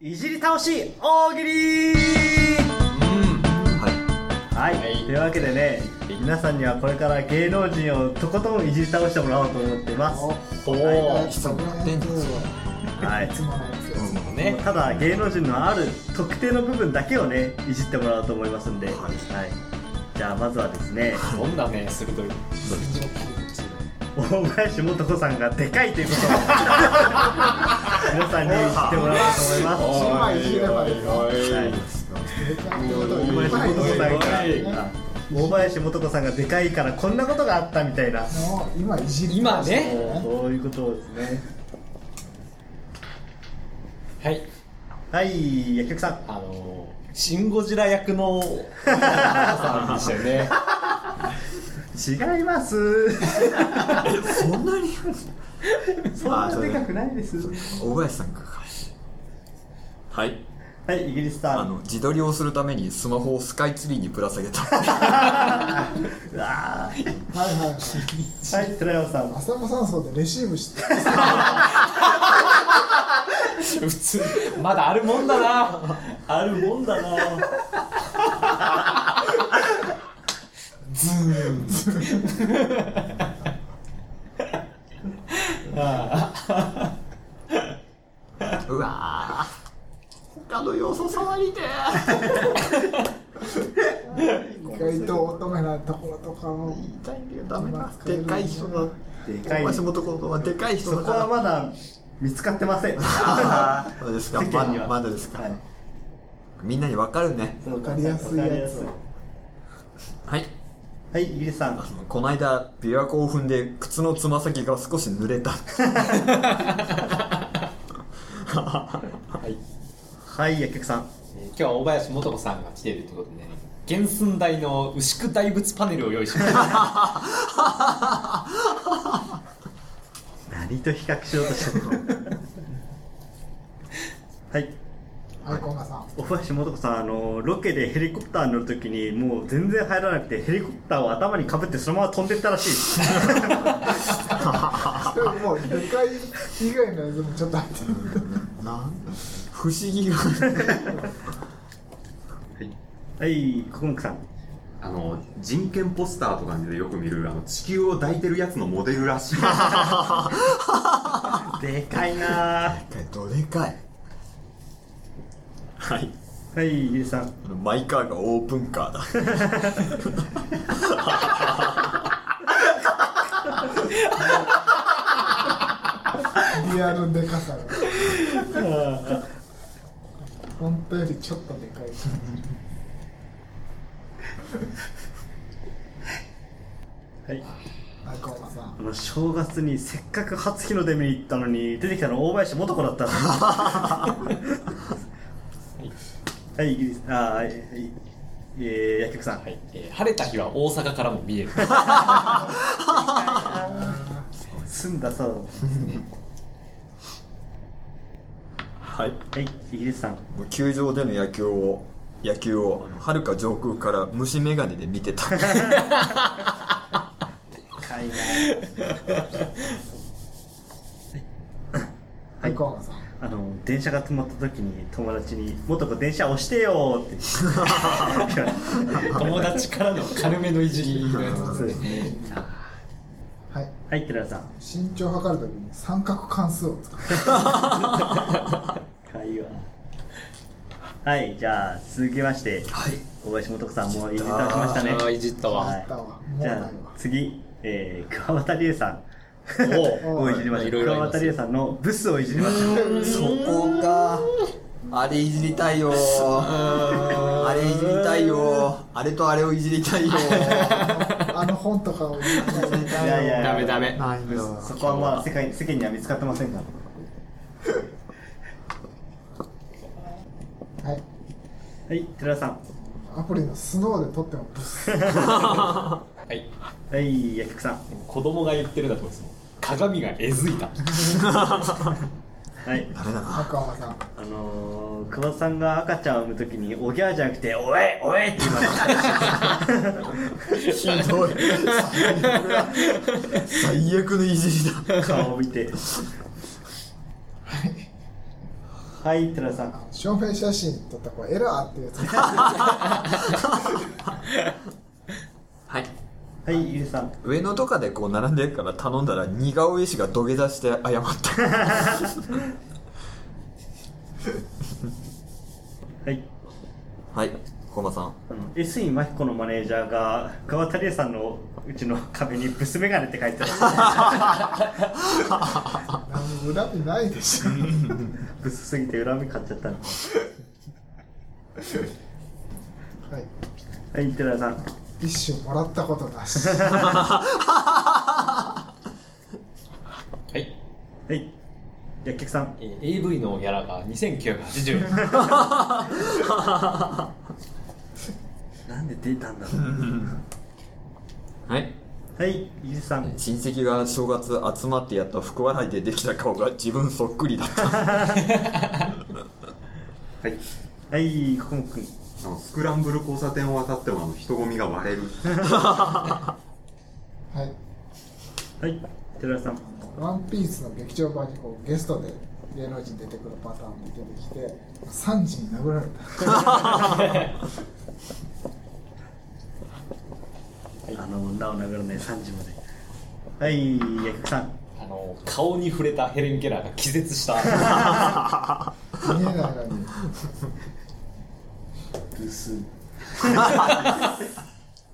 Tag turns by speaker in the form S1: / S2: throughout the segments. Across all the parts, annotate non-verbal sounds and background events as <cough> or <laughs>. S1: いじり倒し大喜利
S2: は
S1: はい、
S3: はい
S1: というわけでね
S3: い
S1: 皆さんにはこれから芸能人をとことんいじり倒してもらおうと思っています、
S3: ほう
S4: はい
S2: 質問やってんじゃん
S1: はい <laughs>
S4: いつものやつ
S2: い。いつものね。
S1: ただ芸能人のある特定の部分だけをねいじってもらおうと思いますんで、は
S2: はいい
S1: じゃあまずはですね
S3: どんなね鋭い
S1: 大林素子さんがでかいということ <laughs> を皆さんに知ってもらおうと思います
S4: お枚いいねこれ
S1: はい大
S4: い
S1: 林素子さんが
S3: おい
S1: あ大林素子さんがでかいからこんなことがあったみたいな
S4: もう今いじり
S3: 今ね
S1: そういうことですね
S3: はい
S1: はい薬局さん
S3: あのーシン・ゴジラ役のさんでしたよね
S1: 違い <laughs> ます。
S2: そんなに。
S1: そんな
S2: あそれ
S1: でかくないです。
S2: 大林さんか。はい。
S1: はい、イギリスさ
S2: あ
S1: ん。
S2: の自撮りをするためにスマホをスカイツリーにぶら下げた。
S1: うわー
S4: はいはい
S1: はい、寺山さん。
S4: 浅間山荘でレシーブして
S3: 普通まだあるもんだなあるもんだなズーンあ
S2: <laughs> うわー。他の要素触りてー。
S4: 意外と乙女なところとかも
S2: 痛いんだよダメだ。でかい人だ。
S1: でか
S2: 大
S1: い。
S2: 林
S1: そ
S2: 元子はでかい人だ
S1: こ
S2: か
S1: は
S2: ら。
S1: まだ見つかってません。
S2: あーそうですか。
S1: 世間には
S2: ままだですか
S1: はい。
S2: みんなにわかるね。
S1: わ
S4: かりやすいやつ
S2: はい。
S1: はい、イギリスさん。
S2: あのこの間琵琶湖を踏んで靴のつま先が少し濡れた。
S3: はい
S1: はい、薬局さん。
S3: えー今日は大林素子さんが来ているということでね原寸大の牛久大仏パネルを用意しました
S1: 何と比較しようとしてるの <laughs> はい。
S4: はいこんなさん
S1: 小林素子さん、あの、ロケでヘリコプターに乗るときに、もう全然入らなくて、ヘリコプターを頭にかぶってそのまま飛んでったらしい。 <laughs>
S4: でももうでかい以外のやつもちょっと入ってる
S2: なん不思議が。
S1: はい、国木さん。
S5: あの人権ポスターとかでよく見るあの地球を抱いてるやつのモデルらしい
S1: でかいなー
S2: どでかい。はい。
S1: はい、イギリスさん。
S2: マイカーがオープンカーだ。
S4: リアルでかさが本当よりちょっとでかいし
S1: はい。
S4: はいこんなさん
S1: あの正月にせっかく初日の出見に行ったのに出てきたの大林素子だったはい、はい、イギリスあーはいはいえー、薬局さん、
S3: はいえー晴れた日は大阪からも <laughs> 見える
S1: 澄んだそう
S2: はい。
S1: はいイギリスさん
S2: 球場での野球を、野球を、はるか上空から虫眼鏡で見 <laughs> てた。
S1: かいな
S4: はいこんなさん
S1: あの電車が止まった時に友達に「もとこ電車押してよ」って言われて
S3: 友達からの軽めのいじりのやつ
S1: そう
S3: で
S1: ですす
S3: ね
S1: ね
S4: はい
S1: はい寺田さん
S4: 身長測るときに三角関数を使う
S1: かいわはいじゃあ続きまして
S2: はい。
S1: 大林素子さんもういじり倒しましたね
S3: ああいじったわ、
S1: はい
S4: ったわ
S1: じゃあ
S4: もうないわ
S1: 次、えー、川端理恵さん
S3: お
S1: <laughs> をいじりまし
S3: い
S1: た
S3: ろいろ
S1: 川
S3: あります
S1: 端理恵さんのブスをいじりました
S2: そこか。あれいじりたいよ。あれいじりたいよ。あれとあれをいじりた <laughs> いよ。
S4: あの <laughs> 本とかを言うのに
S1: いやいや
S3: ダメダメ
S2: ないんだ。
S1: そこはまあ世界世間には見つかってませんから
S4: はい
S1: はい寺田さん
S4: アプリのスノーで撮ってもブス
S3: はい
S1: はい薬局さん
S3: 子供が言ってるだと思うんですよ鏡がえずいた
S1: はい
S2: ダメだな。
S4: 赤間さん
S1: あのー、久保さんが赤ちゃんを産むときにおぎゃーじゃなくておえおえって言いました
S2: ひどい。最悪のいじりだ。
S1: 顔を見てはい寺田さん
S4: 証明写真撮った子はエラーっていうやつ
S2: はい
S1: はいゆうさん
S2: 上野とかでこう並んでるから頼んだら似顔絵師が土下座して謝った <laughs>
S1: はい
S2: はい小間さん
S1: あの SE 真彦のマネージャーが川田理恵さんのうちの壁に「ブスメガネ」って書いて <laughs> あ
S4: 何も恨みないでしょ
S1: るブスすぎて恨み買っちゃったの
S4: はい
S1: はい寺田さん
S4: 一種もらったことだし
S3: はい、
S1: はい薬局さん
S3: えー AV のギャラが2980円 <laughs>
S1: なんで出たんだろう
S2: はい
S1: はいゆうさん
S2: 親戚が正月集まってやった福笑いでできた顔が自分そっくりだった
S5: はい
S1: はいここもくん
S5: あのスクランブル交差点を渡ってもあの人混みが割れる
S4: はい
S1: はい寺田さん
S4: ワンピースの劇場版にこうゲストで芸能人出てくるパターンで出てきて3時に殴られた
S1: あの女を殴るね3時まではい薬局さん
S3: あの顔に触れたヘレン・ケラーが気絶 <laughs> した
S4: 見えないのに
S1: ブス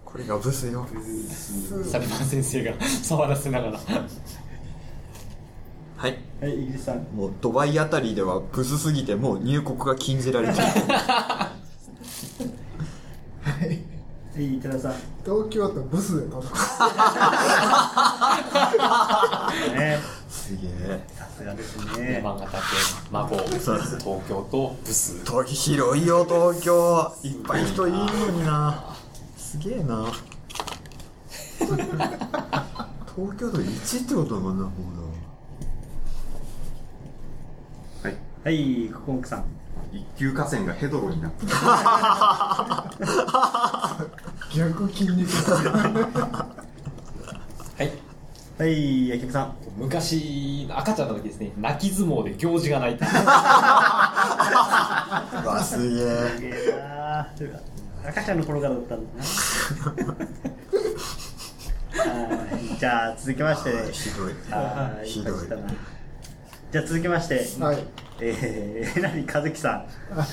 S2: これがブスよ
S3: サルマン先生が触らせながら
S2: はい
S1: はいイギリスさん
S2: もうドバイあたりではブスすぎてもう入国が禁じられてる
S1: はい寺田さん
S4: 東京都ブスで撮った
S1: ね
S2: すげえ
S1: <laughs> さすがですね
S3: 山形県孫東京とブス
S2: 東広いよ東京いっぱい人いるのになすげえな東京都1ってことだもんなもう
S5: はい
S1: はいココンクさん
S5: 一級河川がヘドロになって
S4: 逆筋肉
S3: はい
S1: はい薬局さん
S3: 昔赤ちゃんの時ですね泣き相撲で行事がない
S2: なうわすげ
S1: い
S2: え
S1: やー赤ちゃんの頃からだったんだなはいじゃあ続きまして
S2: あーひどい
S1: はい
S2: ひどい
S1: 勝ちたなじゃあ続きまして
S4: はい
S1: えーえなりかずきさん
S3: はい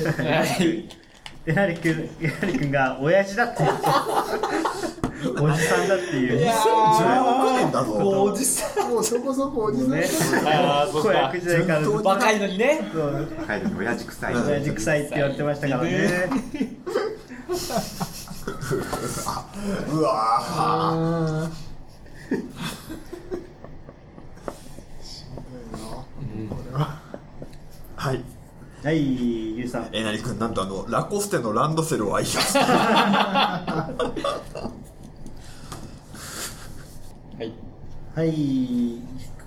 S1: えなりくんえなりくんが親父だって言っちゃうおじさんだっていう
S3: いや
S2: 16年だ
S3: ーもう
S2: ぞ
S3: おじさん
S4: もうそこそこおじさんだ
S1: ね
S3: あーそう
S1: 子
S3: か
S1: 役時代からずっと
S3: 若いのにね
S1: そう
S5: 帰るの親父臭い
S1: 親父臭いって言われてましたからね
S2: うわー
S4: あーしんどいなこれは
S2: はい
S1: はいゆうさん
S2: えなりくんなんとあのラコステのランドセルを愛用して
S3: はい
S1: はい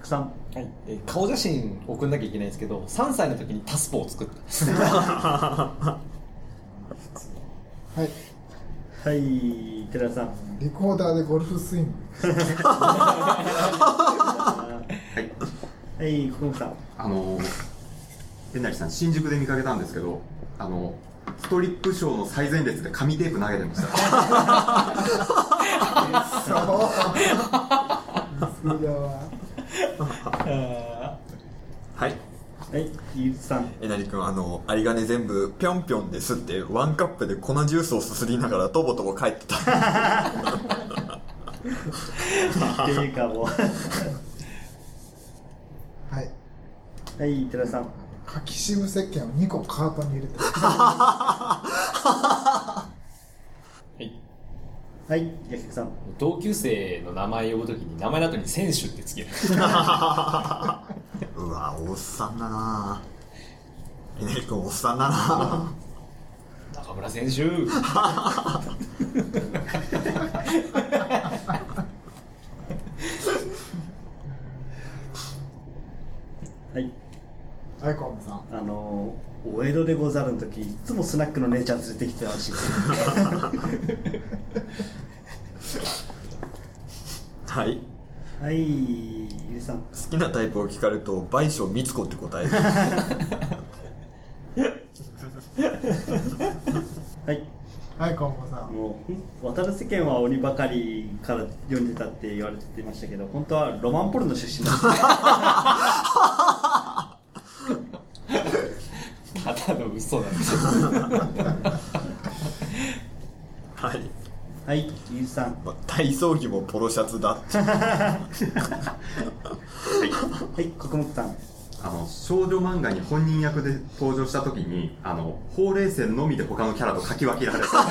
S1: くさん
S3: はい、えー顔写真送んなきゃいけないんですけど3歳の時にタスポを作った
S4: はい
S1: はい寺田さん
S4: リコーダーでゴルフスイング
S5: はい
S1: はい、コンさん。
S5: あのえなりさん新宿で見かけたんですけどあのストリップショーの最前列で紙テープ投げてました
S4: それは
S1: は
S2: はい
S1: い、ゆうじさん。
S2: えなりくんあの有り金全部ぴょんぴょんですってワンカップで粉ジュースをすすりながらとぼとぼ帰ってた
S5: <laughs>
S1: っていうかもう。
S4: はい
S1: はい、寺田さん。
S4: 柿渋石鹸を2個カートに入れて
S3: はい
S1: はい、薬局さん。
S3: 同級生の名前を呼ぶ時に名前の後に選手ってつける
S2: うわおっさんだなえなりくんおっさんだな
S3: 中村選手は
S1: はい、
S4: はいコンさん
S1: あのー、お江戸でござるの時、いつもスナックの姉ちゃん連れてきてたらしい。
S5: <laughs>
S2: はい
S1: はい、ゆうじさん。
S5: <laughs>
S2: 好きなタイプを聞かれると倍賞美津子って答える
S1: はい
S4: はい今後さん
S1: もう渡る世間は鬼ばかりから読んでたって言われてましたけど本当はロマンポルノ出身なんですよ
S3: ただの嘘なんですよ
S2: はい
S1: はいゆうじさんは
S2: まあ体操着もポロシャツだって
S1: い国木さん
S5: あの少女漫画に本人役で登場した時にあのほうれい線のみで他のキャラと書き分けられて
S2: うわ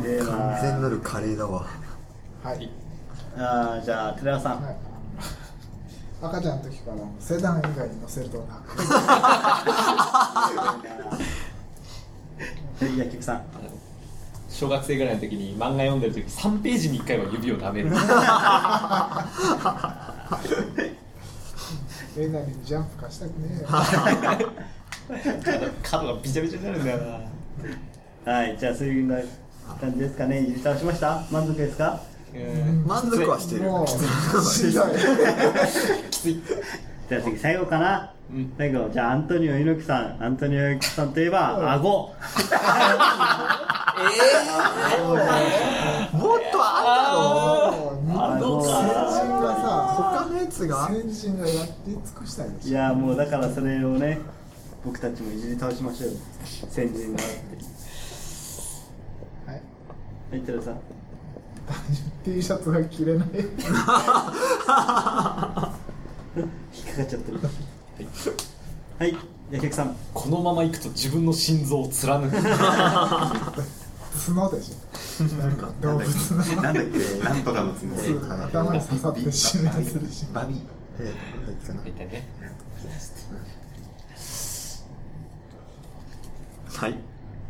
S1: で
S2: ー
S1: は
S2: 完全なるカレーだわ
S4: はい
S1: あーじゃあ寺尾さん、
S4: はい、赤ちゃんの時からセダン以外に乗せるとな
S1: はい、薬局さん
S3: 小学生ぐらいの時に漫画読んでる時3ページに1回は指を舐める
S4: えなりにジャンプ貸したくねえよ
S3: 角がびちゃびちゃになるんだよな
S1: はいじゃあそういうような感じですかねゆうじさんしました満足ですか
S3: うん
S2: 満足はしてる
S4: もうひどい
S3: きつい
S1: じゃあ次最後かな、
S3: うん
S1: 最後じゃあアントニオ猪木さんアントニオ猪木さんといえば顎
S2: もっとあっ
S4: もうみんな
S1: 顎
S4: 先
S1: か
S4: 人が
S2: た
S4: さ
S2: の他のやつが
S4: 先人がやって尽くしたんで
S1: い
S4: しょ
S1: やもうだからそれをね僕たちもいじり倒しましょうよ先人があっ
S4: はい
S1: てはい寺尾さん
S4: T シャツが着れない
S1: 引っかかっちゃってるはい薬局さん
S3: このままいくと自分の心臓を貫く
S4: 角でしょなんか動物の
S5: なんだっけなんとかのつもり
S4: 角頭に刺さって死ぬやつでしょ
S5: バビ
S2: えーなんだっけかな
S3: 大体ね
S2: はい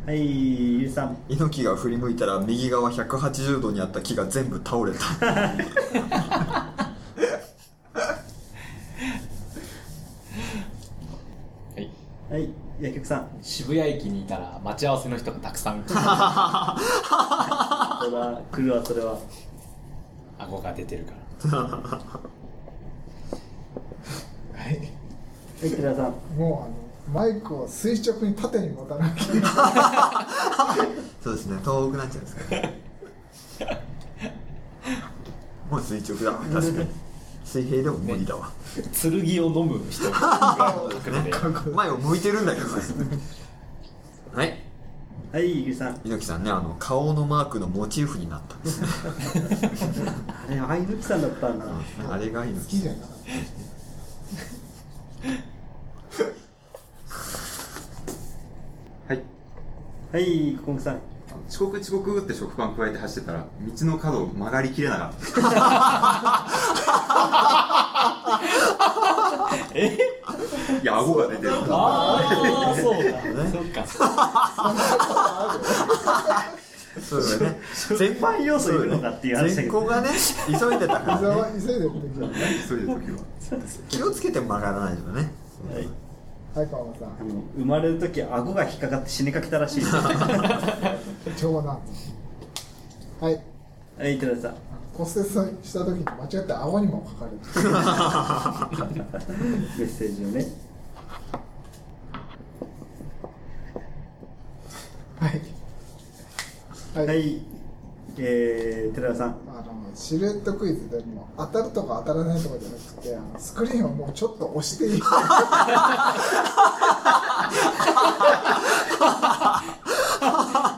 S1: はいゆうさん
S2: 猪木が振り向いたら右側180度にあった木が全部倒れた
S5: <laughs>
S3: はい
S1: はい薬局さん
S3: 渋谷駅にいたら待ち合わせの人がたくさん
S1: それは来るわそれは
S3: 顎が出てるから
S4: は
S1: は
S4: い
S1: い寺尾さん
S4: もうあのマイクを垂直に縦に持たなきゃいけない
S2: そうですね遠くなっちゃうんですか
S5: <laughs>
S2: もう垂直だ確かに水平でも無理だわ
S3: 剣を飲む人が来るんで
S2: <laughs> 前を向いてるんだけど
S5: <laughs>
S2: ねはい
S1: はいゆうさん
S2: 猪木さんねあの顔のマークのモチーフになったんです
S5: <laughs>
S2: ね
S1: あれあ猪木さんだったんだ
S2: あれが
S4: 好き
S2: 猪木
S4: じ
S2: さ
S4: ゃ
S2: ん
S4: なかった
S5: はい
S1: はいここさん
S5: 遅刻遅刻って食パン加えて走ってたら道の角を曲がりきれなかった
S2: <laughs>
S3: え
S5: いや顎が出てる
S3: ああそうだ
S2: ね
S3: そっか
S2: そうだよね全
S1: 般要素いるのかっていう話だけ
S2: 前
S1: ど
S2: 後がね急いでたか
S4: 膝
S2: ら
S4: は
S2: ね
S4: 急いでる時はね
S5: 急いでる時は
S2: 気をつけて曲がらないとね
S1: はい
S4: はい川本さ
S1: あ
S4: ん
S1: の生まれる時顎が引っかかって死にかけたらしいは
S4: 長男はい
S1: い寺田さん
S4: 骨折した時に間違って顎にもかかる
S1: メッセージをね
S4: はいはい、
S1: はいえー、寺田さん
S4: あのシルエットクイズでも当たるとか当たらないとかじゃなくてあのスクリーンをもうちょっと押していい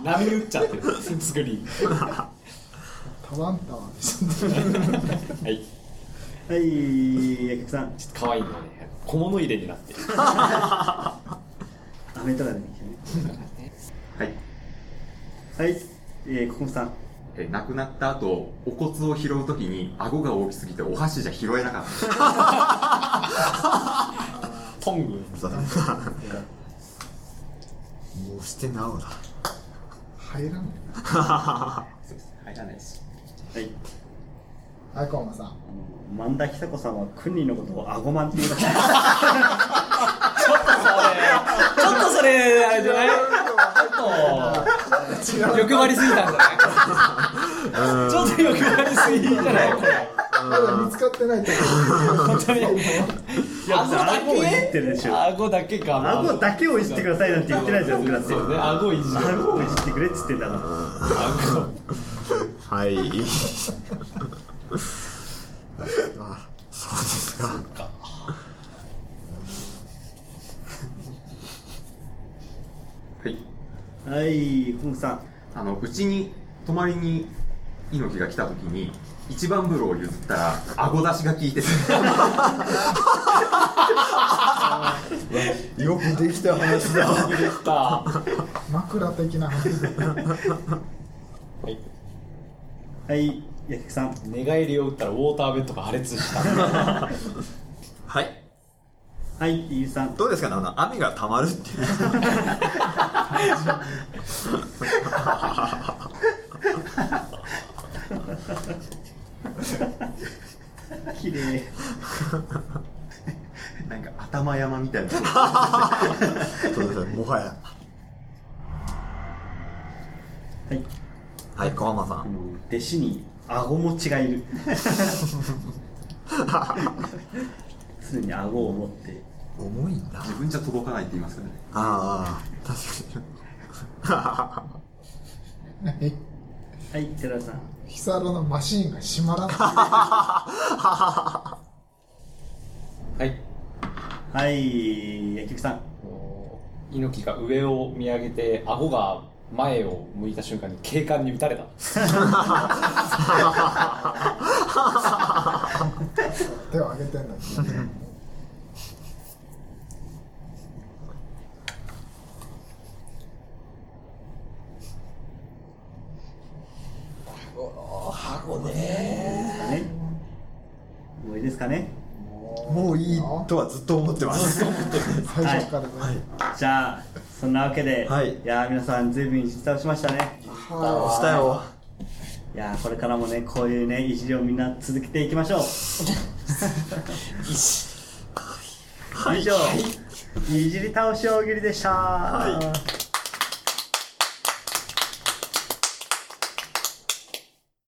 S3: 波打っちゃってるスクリーン
S4: タワンタワンでした
S3: はい
S1: はい薬局さん
S3: ちょっと可愛いのはね小物入れになってる
S1: アメとかでもいいですよね
S5: はい
S1: はいえー、ここさん
S5: え亡くなった後お骨を拾う時に顎が大きすぎてお箸じゃ拾えなかった
S3: トング
S2: そ
S5: <laughs>
S2: うだねもうしてなおだ
S4: 入らんね
S5: そうです入らないし
S1: はい
S4: はい河野さん
S1: 萬田久子さんはクンニのことをアゴマンって言いました
S3: ちょっとそれあれじゃないちょっと欲張りすぎたんじゃないちょっと欲張りすぎじゃないこれ
S2: うん
S4: まだ見つかってないと思う
S3: 本当に
S1: いや別に顎をいじってるでしょ
S3: 顎だけか
S1: 顎だけをいじってくださいなんて言ってないじゃん僕だって
S3: そうね顎いじ
S1: <laughs>
S3: る
S1: 顎をいじってくれっつってんだか
S3: 顎
S5: <laughs>
S6: はい。あ、そうですか。
S5: はい
S1: らはい本さん
S5: あのうちに泊まりに猪木が来た時に一番風呂を譲ったら顎出しが効いてて
S6: <laughs>
S2: よくできた話だ
S3: 出たは
S4: 枕的な話
S3: い
S1: はい八木さん
S3: 寝返りを打ったらウォーターベッドが破裂した
S6: はい。
S1: はい飯さん
S6: どうですかね、あの、雨が溜まるって <laughs> いう。
S1: 綺麗
S5: なんか頭山みたいな
S6: そうですね、もはや。
S1: はい
S6: はい、小浜さ
S1: あ
S6: ん。
S1: の弟子に顎持ちがい
S6: <laughs>
S1: る常に顎を持って
S6: 重いんだ。
S5: 自分じゃ届かないって言いますからね
S6: ああ、確かに。
S1: はい寺田さん
S4: ヒサロのマシーンが閉まらな
S3: はい
S1: はい薬局さん
S3: 猪木が上を見上げて顎が前を向いた瞬間に警官に撃たれた
S4: い手を挙げてんのに
S1: ねもういいですかね
S6: <laughs> もういいとはずっと思ってます。
S4: 最初からね、
S1: じゃあそんなわけで、
S6: はい
S1: やー皆さん随分いじ倒しましたね
S6: したよ。
S1: いやーこれからもねこういうねいじりをみんな続けていきま
S6: <laughs>
S1: しょう以上、いじり倒し大喜利でした、
S6: はい